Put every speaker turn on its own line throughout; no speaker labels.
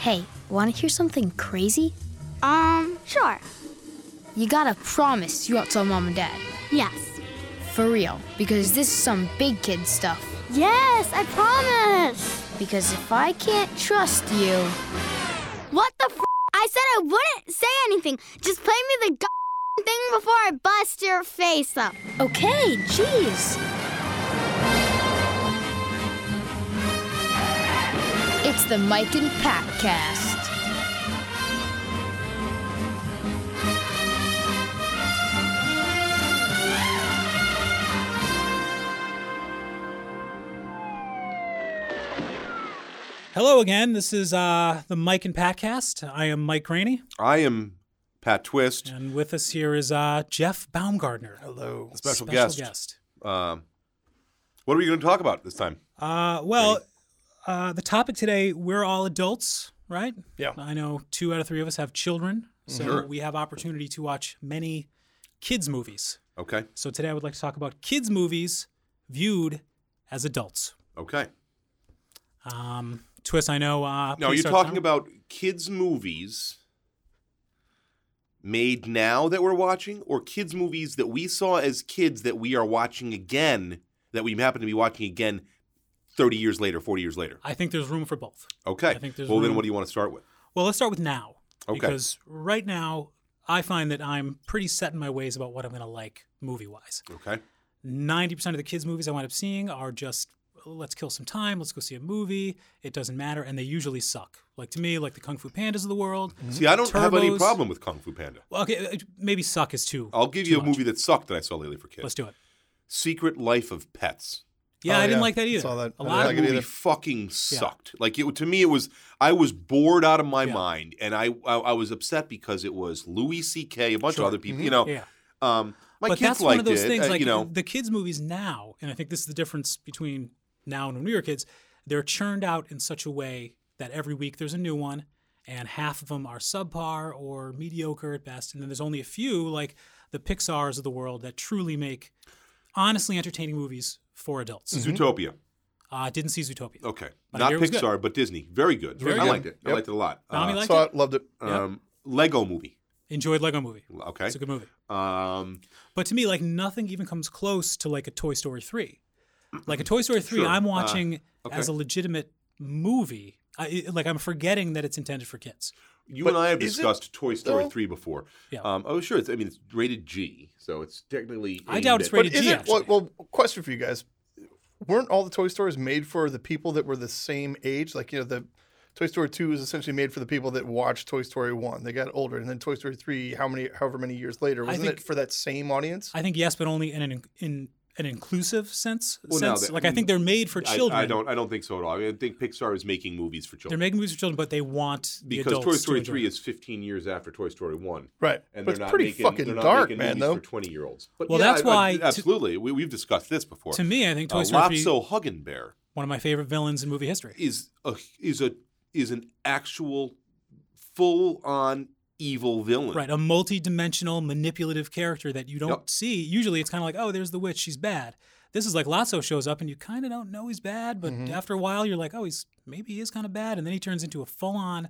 Hey, want to hear something crazy?
Um, sure.
You gotta promise you won't tell mom and dad.
Yes.
For real. Because this is some big kid stuff.
Yes, I promise.
Because if I can't trust you.
What the f? I said I wouldn't say anything. Just play me the g- thing before I bust your face up.
Okay, jeez. It's the Mike and Pat cast.
Hello again. This is uh, the Mike and Patcast. I am Mike Rainey,
I am Pat Twist,
and with us here is uh, Jeff Baumgartner. Hello,
Special guest. Um, what are we going to talk about this time?
Uh, well, uh, the topic today: we're all adults, right? Yeah. I know two out of three of us have children, so
Mm-hmm.
we have opportunity to watch many kids movies.
Okay.
So today, I would like to talk about kids movies viewed as adults.
Okay.
Um, Twist, I know. Uh,
No,
please
you're
start
talking
the timer.
about kids' movies made now that we're watching, or kids' movies that we saw as kids that we are watching again, that we happen to be watching again 30 years later, 40 years later.
I think there's room for both.
Okay.
I think there's
well, then
room-
what do you want to start with?
Well, let's start with now.
Okay.
Because right now, I find that I'm pretty set in my ways about what I'm going to like movie wise.
Okay.
Mm-hmm. 90% of the kids' movies I wind up seeing are just let's kill some time, let's go see a movie. It doesn't matter. And they usually suck. Like to me, like the Kung Fu Pandas of the world.
See, I don't have any
Turbos.
problem with Kung Fu Panda.
Well, okay, uh, maybe suck is too.
I'll give
too
you a
much.
movie that sucked that I saw lately for kids
Let's do it.
Secret Life of Pets.
Yeah,
Oh,
I didn't
yeah.
like that either.
Saw that.
A
I
lot of
didn't like it
movie-
movie fucking sucked. Like it to me, it was I was bored out of my mind, and I, I I was upset because it was Louis C.K. a bunch of other people. You know,
Yeah.
um, my
but
kids
that's
liked
one of those
it.
things
uh,
like
you know,
the kids movies now and i think this is the difference between now and when we were kids they're churned out in such a way that every week there's a new one and half of them are subpar or mediocre at best and then there's only a few like the pixars of the world that truly make honestly entertaining movies for adults
Mm. Zootopia.
uh, didn't see zootopia
Okay,
But I
not
hear it was good.
Pixar, Mm-hmm. but Disney. Very good.
Very
I
good.
liked it. I
Yep.
liked it a lot.
Tommy
Uh,
liked
Saw
it?
it, loved it.
um, Lego movie.
enjoyed lego movie
Okay.
it's a good movie
Um,
But to me, like nothing even comes close to like a Toy Story three. Like a Toy Story three,
Sure.
I'm
Uh,
watching
okay.
as a legitimate movie. I, it- like I'm forgetting that it's intended for kids.
you
But
and I have
is it,
discussed Toy Story
though?
three before.
Yeah.
Um, oh, sure. It's, I mean, it's rated G, so it's technically.
I
aimed
doubt it's
at-
rated
Is
G,
it, well,
actually.
well, question for you guys: Weren't all the Toy Stories made for the people that were the same age? Like you know, the Toy Story Two is essentially made for the people that watched Toy Story One. They got older, and then Toy Story Three, how many, however many years later, wasn't
think-
it for that same audience?
I think yes, but only in an in an inclusive sense.
Well, now
sense.
that-
like I think they're made for
I-
children.
I, don't. I don't think so at all. I, mean, I think Pixar is making movies for
They're
children.
making movies for children, but they want the
because
adults
Toy Story
to enjoy
three
it.
is 15 years after Toy Story one,
Right.
And
But
they're
it's
not
pretty
making,
fucking
they're not
dark,
making
man,
movies
though.
for 20 year olds. But
Well,
yeah,
that's
I- I-
why to-
absolutely, we, we've discussed this before.
to me. I think Toy
uh,
Story three,
Lotso Huggenbear
one of my favorite villains in movie history.
is a is a is an actual full on evil villain.
Right, a multi-dimensional manipulative character that you don't
Yep.
see. Usually, it's kind of like, oh, there's the witch, she's bad. This is like Lotso shows up, and you kind of don't know he's bad, but
Mm-hmm.
after a while, you're like, oh, he's maybe he is kind of bad, and then he turns into a full-on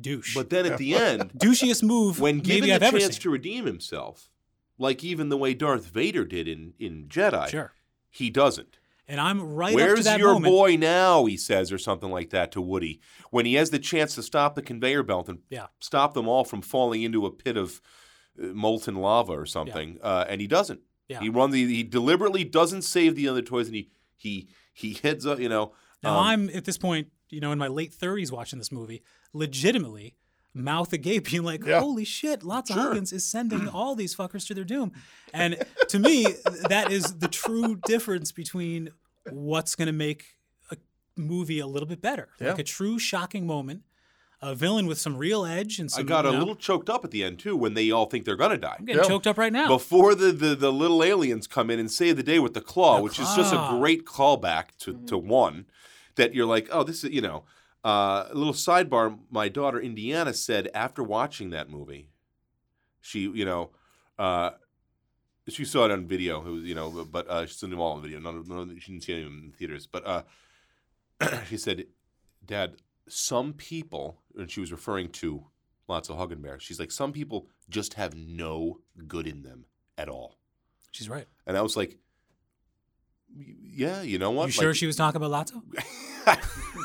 douche.
But then at the end,
douchiest move
when given
maybe
the
I've ever
chance
seen.
to redeem himself, like even the way Darth Vader did in in Jedi,
Sure,
he doesn't.
and I'm right up to
Where's
that
your
moment.
boy now? He says, or something like that to Woody when he has the chance to stop the conveyor belt and
Yeah.
stop them all from falling into a pit of uh, molten lava or something, uh, and he doesn't.
Yeah.
He runs. He, he deliberately doesn't save the other toys, and he he he heads up. You know.
Now
um,
I'm at this point, you know, in my late 30s watching this movie, legitimately mouth agape, being like,
Yeah.
"Holy shit, Lots of
Sure.
Huggins is sending all these fuckers to their doom," and to me, that is the true difference between what's going to make a movie a little bit better, like a true shocking moment, a villain with some real edge and
I
some.
got
you
a
know,
little choked up at the end too when they all think they're gonna die.
I'm getting
Yeah.
choked up right now.
Before the, the, the little aliens come in and save the day with the claw,
The
which is just a
claw.
great callback to, to one that you're like, oh, this is, you know, uh, a little sidebar. My daughter Indiana said after watching that movie, she, you know, uh, she saw it on video. It was, you know, but uh, she saw it all on video. None, of- none, of- she didn't see any of them in theaters. But uh, she said, Dad, some people, and she was referring to Lots of Hug and Bear, she's like, some people just have no good in them at all.
She's right.
And I was like, y- yeah, you know what?
you sure
Like,
she was talking about Lotso?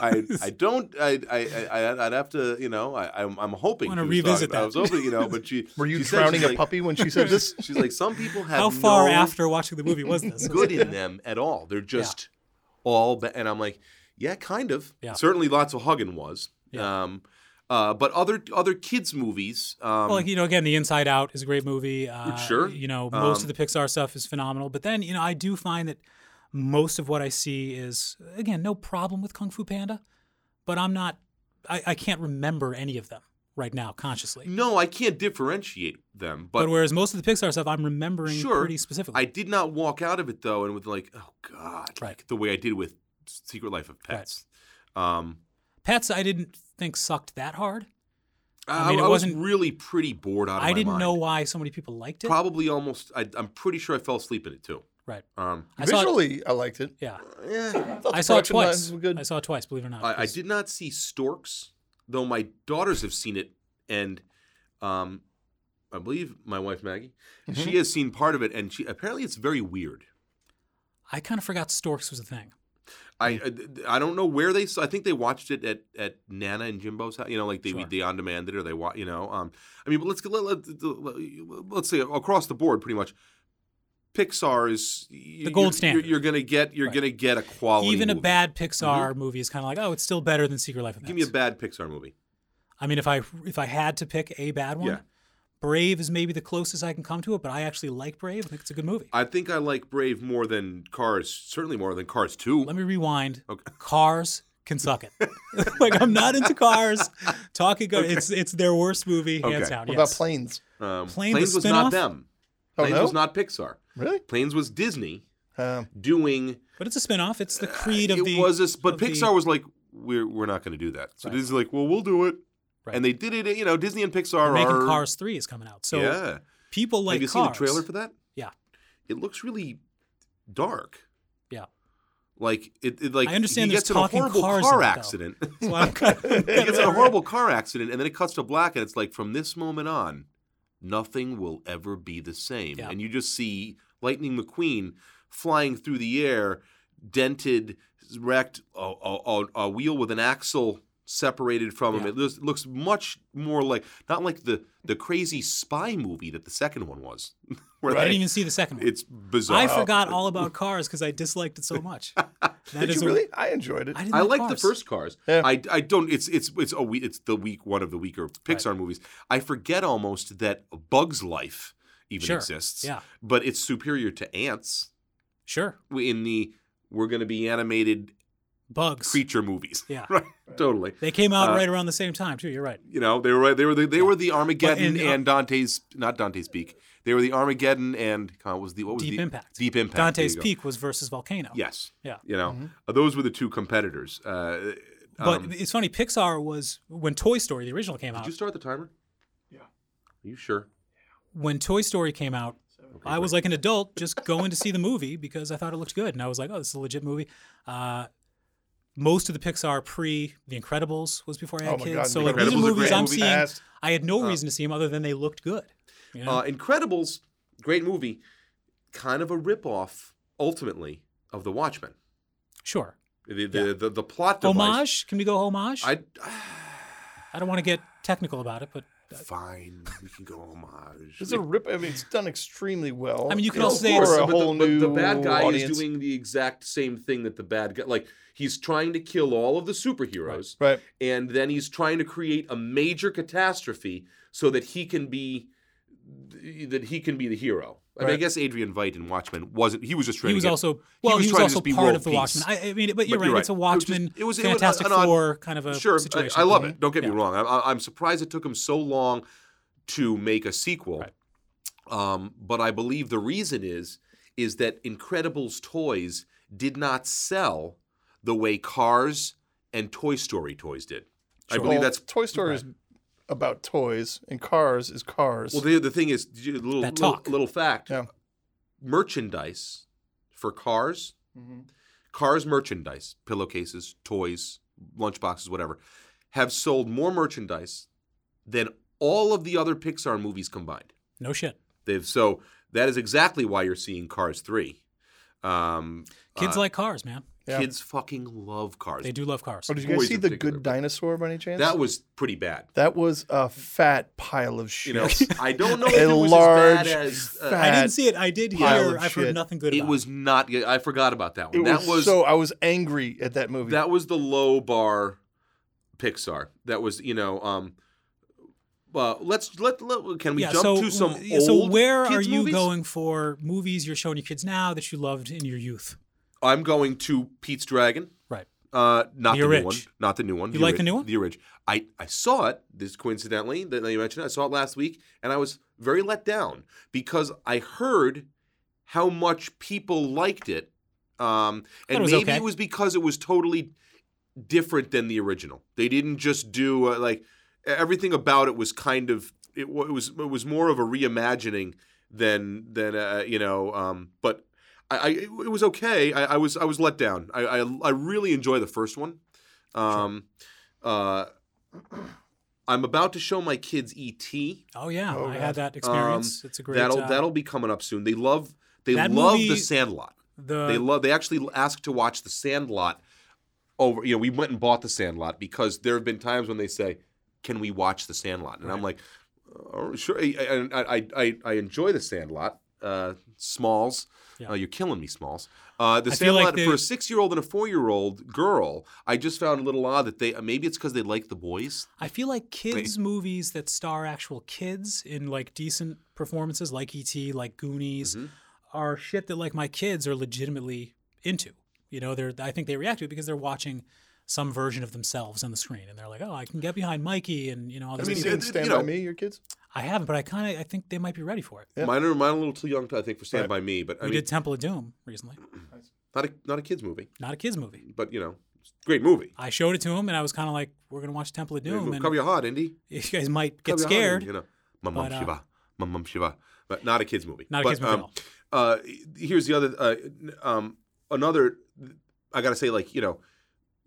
I, I don't I I I I'd have to you know I I'm, I'm hoping
Wanna
she was
revisit
talking- I was
that.
hoping you know but she
Were you
she said
drowning
she's
a
like-
puppy when she said this?
She's like some people have
How far
no
after watching the movie was this?
good in them at all. They're just all ba- and I'm like yeah kind of
Yeah.
certainly lots of hugging was um uh but other other kids movies um
Well, like you know, again, The Inside Out is a great movie. Uh,
Sure.
You know, most
Um,
of the Pixar stuff is phenomenal. But then, you know, I do find that most of what I see is again no problem with Kung Fu Panda, but I'm not. I, I can't remember any of them right now consciously.
no I can't differentiate them
But,
Mm, but,
whereas most of the Pixar stuff, I'm remembering
sure
pretty specifically.
I did not walk out of it though and with like oh god
Right.
like the way I did with Secret Life of
Right.
Pets um
Pets, I didn't think sucked that hard. I
I,
mean,
I
it
was
wasn't-
really pretty bored out of
I
my
didn't
mind.
know why so many people liked it.
Probably almost. I, I'm pretty sure I fell asleep in it too.
right.
Um,
I saw it-
Visually, I liked it.
yeah.
eh.
thought the
I saw it
production lines
twice.
were good.
I saw it twice. Believe it or not.
I, I
'cause-
did not see Storks, though my daughters have seen it, and um, I believe my wife Maggie,
Mm-hmm.
she has seen part of it, and she apparently it's very weird.
I kind of forgot Storks was a thing.
I, uh, I I don't know where they saw. I think they watched it at, at Nana and Jimbo's house. You know, like they
Sure.
they on demanded or they wa- You know, um, I mean, but let's get let, let, us say across the board, pretty much. Pixar is the
gold standard.
You're, gonna get you're
Right.
gonna get a quality.
Even a
movie. Mm-hmm.
bad Pixar movie is kind of like, oh, it's still better than Secret Life of
Give me a
Pets.
bad Pixar movie.
I mean, if I if I had to pick a bad one,
Yeah.
Brave is maybe the closest I can come to it. But I actually like Brave. I think it's a good movie.
I think I like Brave more than Cars. Certainly more than Cars Two.
Let me rewind.
Okay.
Cars can suck it. like I'm not into Cars. Talking, Car- it's it's their worst movie hands
Okay.
down.
What
yes.
about planes?
Um,
Plane, the
Planes was not
spin-off?
them.
Oh,
Planes
no?
was not Pixar.
Really?
Planes was Disney
Um,
doing.
But it's a spin-off. It's the creed of
Uh, it
the.
was a, s- but
of the-
Pixar was like, we're we're not going to do that. So Disney's like, well, we'll do it,
Right.
and they did it. You know, Disney and Pixar
They're
are
making Cars Three is coming out. So
yeah,
people like
have you
Cars.
seen the trailer for that?
Yeah.
It looks really dark.
Yeah.
Like it, it like
I understand
he
there's
gets in a
talking
horrible
cars
car
in it, though.
accident.
That's why I'm kind
he gets in a horrible car accident, and then it cuts to black, and it's like from this moment on, nothing will ever be the same.
Yeah.
And you just see Lightning McQueen flying through the air, dented, wrecked, a, a, a, a wheel with an axle separated from him.
Yeah.
It looks, looks much more like not like the the crazy spy movie that the second one was. where
I didn't
they-
even see the second one.
it's bizarre.
I forgot all about Cars because I disliked it so much. That is
did
a-
you really? I enjoyed it.
I didn't
I
like
like the
Cars.
first Cars.
Yeah.
I, I don't. It's it's it's a we, it's the weak one of the weaker Pixar movies. I forget almost that A Bug's Life even
Sure.
exists.
Yeah.
but it's superior to Ants
Sure.
in the we're going to be animated
Bugs.
creature movies.
Yeah.
right. Totally.
They came out
Uh,
right around the same time too. You're right.
You know they were right- they were the, they were the Armageddon
But in, uh,
and Dante's not Dante's Peak. They were the Armageddon and God, what was the what was
Deep
the-
Impact.
Deep Impact. there
Dante's
you go.
Peak was versus Volcano.
Yes.
Yeah. Mm-hmm.
You know Uh, those were the two competitors. Uh,
But
um,
it's funny. Pixar was when Toy Story the original came
Did
out.
you start the timer? Yeah. Are you sure?
when Toy Story came out, I was like an adult just going to see the movie because I thought it looked good, and I was like, "Oh, this is a legit movie." Uh, most of the Pixar pre The Incredibles was before I had
Oh my
kids,
God,
so
The
like these
Incredibles
are
is a
movies
great
I'm
movie.
seeing.
Fast. Uh,
I had no reason to see them other than they looked good. you know?
Uh, Incredibles, great movie, kind of a ripoff ultimately of The Watchmen.
sure,
The the the, the plot device.
homage. Can we go homage? I,
I
don't want to get technical about it, but
fine, we can go homage.
It's a rip. I mean, it's done extremely well.
I mean, you could
It's
also say
for
it's-
a
But the-
whole
but
new
the bad guy
audience.
is doing the exact same thing that the bad guy like he's trying to kill all of the superheroes
Right.
and then he's trying to create a major catastrophe so that he can be that he can be the hero. I mean, I
Right.
guess Adrian Veidt in Watchmen wasn't. He was just trying.
he was
to get-
also well,
was
he was,
trying to
also
just be
part
world
of the
peace.
Watchmen. I, I mean, but you're
But
right.
you're
It's a
right. It was just-
Watchmen,
it was- it was an-
Fantastic
an odd-
Four kind of a
sure, I-
situation. Mm-hmm.
I, love it. Don't get me wrong. I'm, I'm surprised it took him so long to make a sequel. Um, but I believe the reason is is that Incredibles toys did not sell the way Cars and Toy Story toys did. I believe
Well,
that's
Toy Story is about toys, and Cars is cars.
well. The, the thing is, you- little
That
little,
talk.
little fact:
yeah.
merchandise for Cars, Cars merchandise, pillowcases, toys, lunchboxes, whatever, have sold more merchandise than all of the other Pixar movies combined.
No shit.
They've so that is exactly why you're seeing Cars three. Um,
Kids like cars, man.
Yeah.
Kids fucking love Cars.
They do love cars.
Oh, did you guys
Boys
see
in
the
particular,
Good
but-
Dinosaur by any chance?
That was pretty bad.
that was a fat pile of shit.
You know, I don't know if
A
it was as bad
large
as. Uh,
fat-
I didn't see it. I did
Pile
hear.
of
I've heard
shit.
nothing good
it
about it.
was not. I forgot about that
it
one. that
was, so I was angry at that movie.
That was the low bar Pixar. That was, you know, um uh, let's let, let can we
yeah,
jump
so,
to some
yeah, so
old
where
kids
are you
movies?
going for movies you're showing your kids now that you loved in your youth?
I'm going to Pete's Dragon.
Right.
Uh, not
The
the new
Orig.
one. Not the new one.
You like the
Orig-
new one?
The Orig. I, I saw it, this coincidentally, that you mentioned. it. I saw it last week, and I was very let down because I heard how much people liked it. Um, and
it was
maybe
okay.
it was because it was totally different than the original. They didn't just do uh, like everything about it was kind of it, wa- it was it was more of a reimagining than than uh, you know. Um, but I, I it was okay. I, I was I was let down. I I, I really enjoy the first one. Um, uh, I'm about to show my kids E E.T.
Oh yeah,
Oh,
I
God.
had that experience. it's a great.
Um, that'll
uh,
that'll be coming up soon. They love they
That
love
movie- uh,
the Sandlot.
the
They love. They actually asked to watch The Sandlot. Over, you know, we went and bought The Sandlot because there have been times when they say, "Can we watch The Sandlot?" And I'm like, oh, "Sure." And I, I, I, I enjoy The Sandlot. Uh, Smalls,
Yeah.
oh, you're killing me, Smalls. Uh, the
I feel like
Sandlot
they-
for a six-year-old and a four-year-old girl. I just found a little odd that they maybe it's because they like the boys.
I feel like kids movies that star actual kids in like decent performances, like E.T., like Goonies, are shit that like my kids are legitimately into. You know, they're I think they react to it because they're watching some version of themselves on the screen, and they're like, "Oh, I can get behind Mikey," and you know, all
I
this.
mean,
mean, you
stuff.
didn't
it-
stand
you know-
by me, your kids.
I haven't, but I kind of I think they might be ready for it.
Yeah.
Mine are mine are a little too young to I think for Stand
Right.
by Me, but I
we
mean,
did Temple of Doom recently,
not a not a kids movie,
not a kids movie.
but you know, it's a great movie.
I showed it to him, and I was kind of like, "We're gonna watch Temple of Doom," and
Cover your heart, Indy.
you guys might get
Probably a horror
scared.
movie, You know, Mum Mum
But, uh,
Shiva, Mum Mum Shiva, but not a kids movie.
Not a
But,
kids movie at
um, Uh, here's the other. Uh, n- um, another. I gotta say, like you know,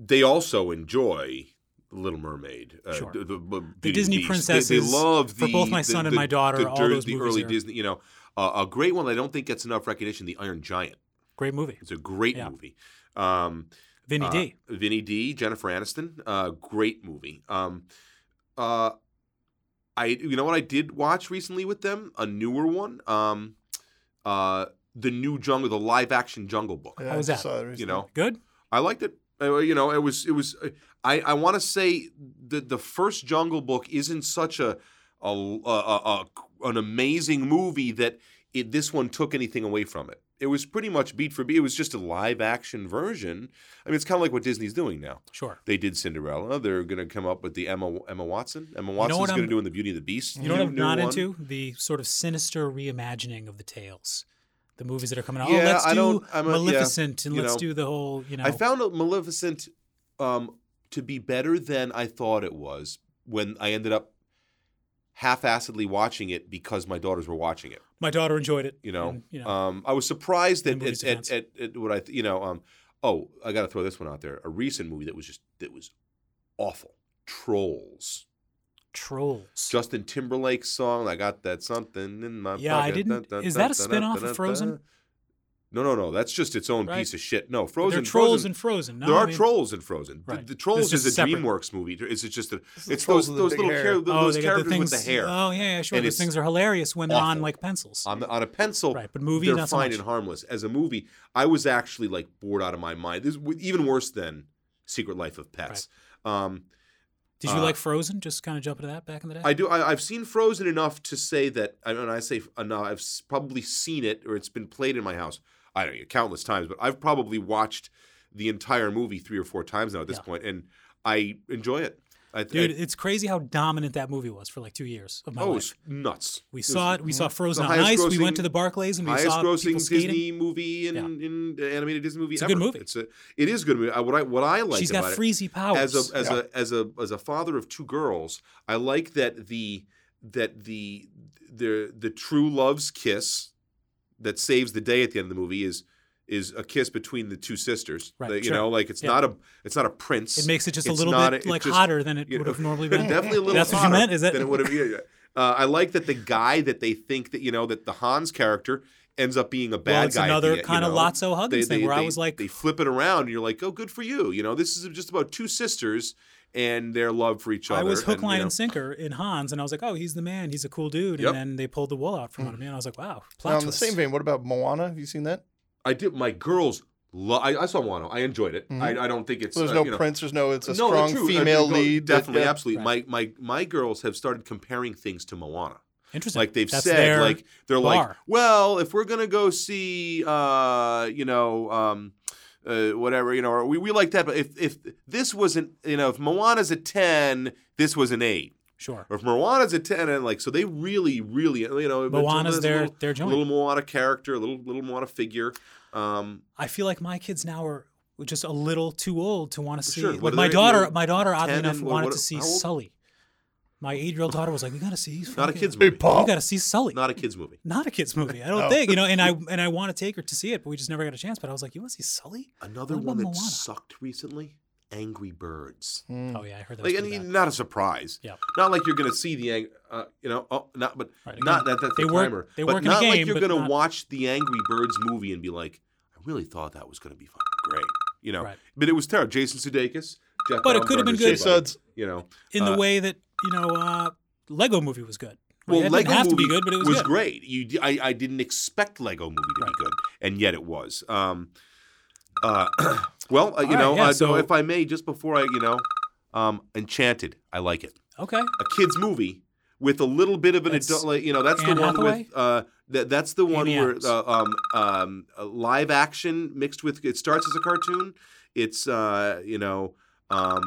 they also enjoy Little Mermaid. Uh,
Sure.
The, the- the Beauty and
Disney
Beast. They,
princesses,
they love
for
the-
both my
the-
son and
the-
my daughter,
The,
all
dir-
those
the
movies
early
are-
Disney. You know, uh, a great one. that I don't think gets enough recognition. The Iron Giant.
Great movie,
It's a great
Yeah.
movie. Um,
Vinny
uh,
D.
Vinny D, Jennifer Aniston. Uh, great movie. Um, uh, I you know what I did watch recently with them a newer one. Um, uh, the new Jungle, the live action Jungle Book.
Yeah,
How was
I just
that?
saw
You
recently.
know,
Good.
I liked it. Uh, you know, it was it was. uh, I I want to say that the first Jungle Book isn't such a a, a, a an amazing movie that it, this one took anything away from it. It was pretty much beat for beat. It was just a live action version. I mean, it's kind of like what Disney's doing now.
Sure.
They did Cinderella. They're going to come up with the Emma Emma Watson. Emma Watson's
what
going
I'm-
to do in the Beauty and the Beast.
You know what I'm
new
not
one.
into? The sort of sinister reimagining of the tales. The movies that are coming out.
Yeah,
oh, let's do
I don't- I'm a- yeah,
Maleficent and
you
let's
know.
do the whole, you know.
I found Maleficent um, to be better than I thought it was when I ended up half-assedly watching it because my daughters were watching it.
my daughter enjoyed it.
You know,
and, Mm, you know
Um, I was surprised at
The movie's
at, at,
defense.
at, at what I th- you know. Um, oh, I got to throw this one out there: a recent movie that was just that was awful. Trolls.
Trolls.
Justin Timberlake's song. I got that something in my
Yeah, I
pocket,
didn't- is that a spin-off of Frozen?
No, no, no. That's just its own
Right.
piece of shit. No,
They're
Frozen.
trolls
Frozen-
and Frozen. No,
there
I
are
mean-
trolls in Frozen. The-
Right.
The, Trolls
This
is,
is
a
separate.
DreamWorks movie. It's just a,
is the
it's
trolls
those
with the
those
big
little
hair.
char-
Oh,
those
they got the
characters
things.
with the hair
Oh, yeah, yeah, sure.
And
Those
it's
things are hilarious when they're on
awful. Uh,
like pencils.
on the, on a pencil.
Right, but movie,
they're
not so
fine
much.
and harmless. As a movie, I was actually like bored out of my mind. This was even worse than Secret Life of Pets. Um,
Did you
uh,
like Frozen? Just kind of jump into that back in the day?
I do. I, I've seen Frozen enough to say that, and when I say enough, I've s- probably seen it or it's been played in my house. I don't know, countless times, but I've probably watched the entire movie three or four times now at this
Yeah.
point, and I enjoy it. I,
Dude,
I,
it's crazy how dominant that movie was for like two years of my
oh,
life.
it's nuts.
We
It was mm-hmm.
saw it. We saw Frozen
the
on
highest
Ice. We went
grossing-
to the Barclays and we
highest
saw people
grossing
skating.
Disney movie in, in animated Disney movie.
It's a
ever.
good movie.
It's a it is a good movie. I, what I what I like
She's got
about it
freezy powers.
as a as a as a as a father of two girls, I like that the that the the the true love's kiss that saves the day at the end of the movie is is a kiss between the two sisters.
Right,
Like, you
sure.
know, like it's
Yeah.
not a it's not a prince.
It makes it just a
It's
little
not
bit,
it
like,
just-
hotter than it
you
would
know,
have normally been.
Definitely a little
That's what you
hotter
meant, is it?
than it would have. yeah, yeah. Uh, I like that the guy that they think that you know that the Hans character ends up being a bad
it's
guy. at the
another
end, you
kinda
know?
Lotso Huggins
They-
thing
they-
where I
they-
was like-
they flip it around, and you're like, oh, good for you. You know, this is just about two sisters and their love for each other.
I was hook,
and, you
line,
know,
and sinker in Hans, and I was like, oh, he's the man. He's a cool dude.
Yep. Hmm.
And then they pulled the wool out from under me, and I was like, wow. Plot
Now, in the
twist.
same vein, what about Moana? Have you seen that?
I did. My girls. Lo- I, I saw Wano. I enjoyed it. I, I don't think it's.
So Mm-hmm. there's
uh,
no
you know,
prince. There's no. It's a
No,
strong
true. I mean,
female
go-
lead. that-
Definitely,
yeah.
absolutely. My my my girls have started comparing things to Moana.
Interesting.
Like they've
That's
said,
their
like they're like,
bar.
well, if we're gonna go see, uh, you know, um, uh, whatever, you know, or we, we like that, but if if this wasn't, you know, if Moana's a ten, this was an eight.
sure.
Or if Moana's a ten, and like so, they really, really, you know,
Moana's their-
little,
their joint.
little Moana character, a little little Moana figure. Um,
I feel like my kids now are just a little too old to want to see.
Sure, what
Like
are
my
they,
daughter,
you know,
my daughter,
10
oddly enough,
and what-
wanted
what-
to see
how old?
Sully. My eight-year-old daughter was like, "We gotta see."
not a
fucking-
kids
Hey,
movie.
We
Paul.
gotta see Sully.
Not a kids movie.
Not a kids movie. I don't
No.
think you know. And I and I want to take her to see it, but we just never got a chance. But I was like, "You want to see Sully?"
Another
What about
one that
Moana?
sucked recently. Angry Birds.
Hmm.
Oh yeah, I heard that.
like,
was
and
pretty bad.
not a surprise.
Yeah.
Not like you're going to see the, ang- uh, you know, oh, not, but
Right,
not
again,
that that's
they
the
work-
timer.
they
but
work in a
not like
game,
you're
but
going to
not-
watch the Angry Birds movie and be like, I really thought that was going to be fucking great, you know.
Right.
But it was terrible. Jason Sudeikis, Jeff
But it could have been
Baumgartner's
good.
buddy,
Suds.
you know.
in the
uh,
way that you know, uh, Lego Movie was good.
Well,
it
Lego
didn't have to
movie
be good, but it was,
was
good.
great. You, d- I, I didn't expect Lego movie to
Right.
be good, and yet it was. Um, uh, well, uh, you
right,
know,
yeah,
uh,
so-
if I may, just before I, you know, um, Enchanted, I like it.
Okay,
a kids movie with a little bit of an
That's
adult like, you know that's
Anne
the one
Hathaway?
with uh that that's the one
Amy
where
Adams.
uh, um um uh, live action mixed with it starts as a cartoon it's uh you know um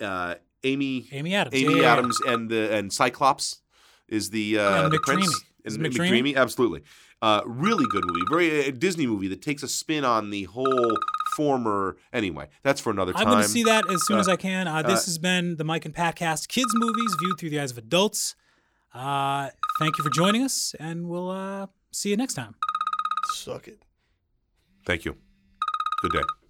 uh Amy
Amy Adams.
Amy
Yeah, yeah, yeah.
Adams and the and Cyclops is the uh
Yeah,
the
McDreamy.
prince
Is
and
it McDreamy?
McDreamy absolutely uh really good movie very uh, Disney movie that takes a spin on the whole former anyway that's for another time
I'm going to see that as soon
Uh,
as I can. Uh, this has been the Mike and Pat cast kids movies viewed through the eyes of adults. Uh, thank you for joining us, and we'll uh, see you next time.
Suck it.
thank you good day.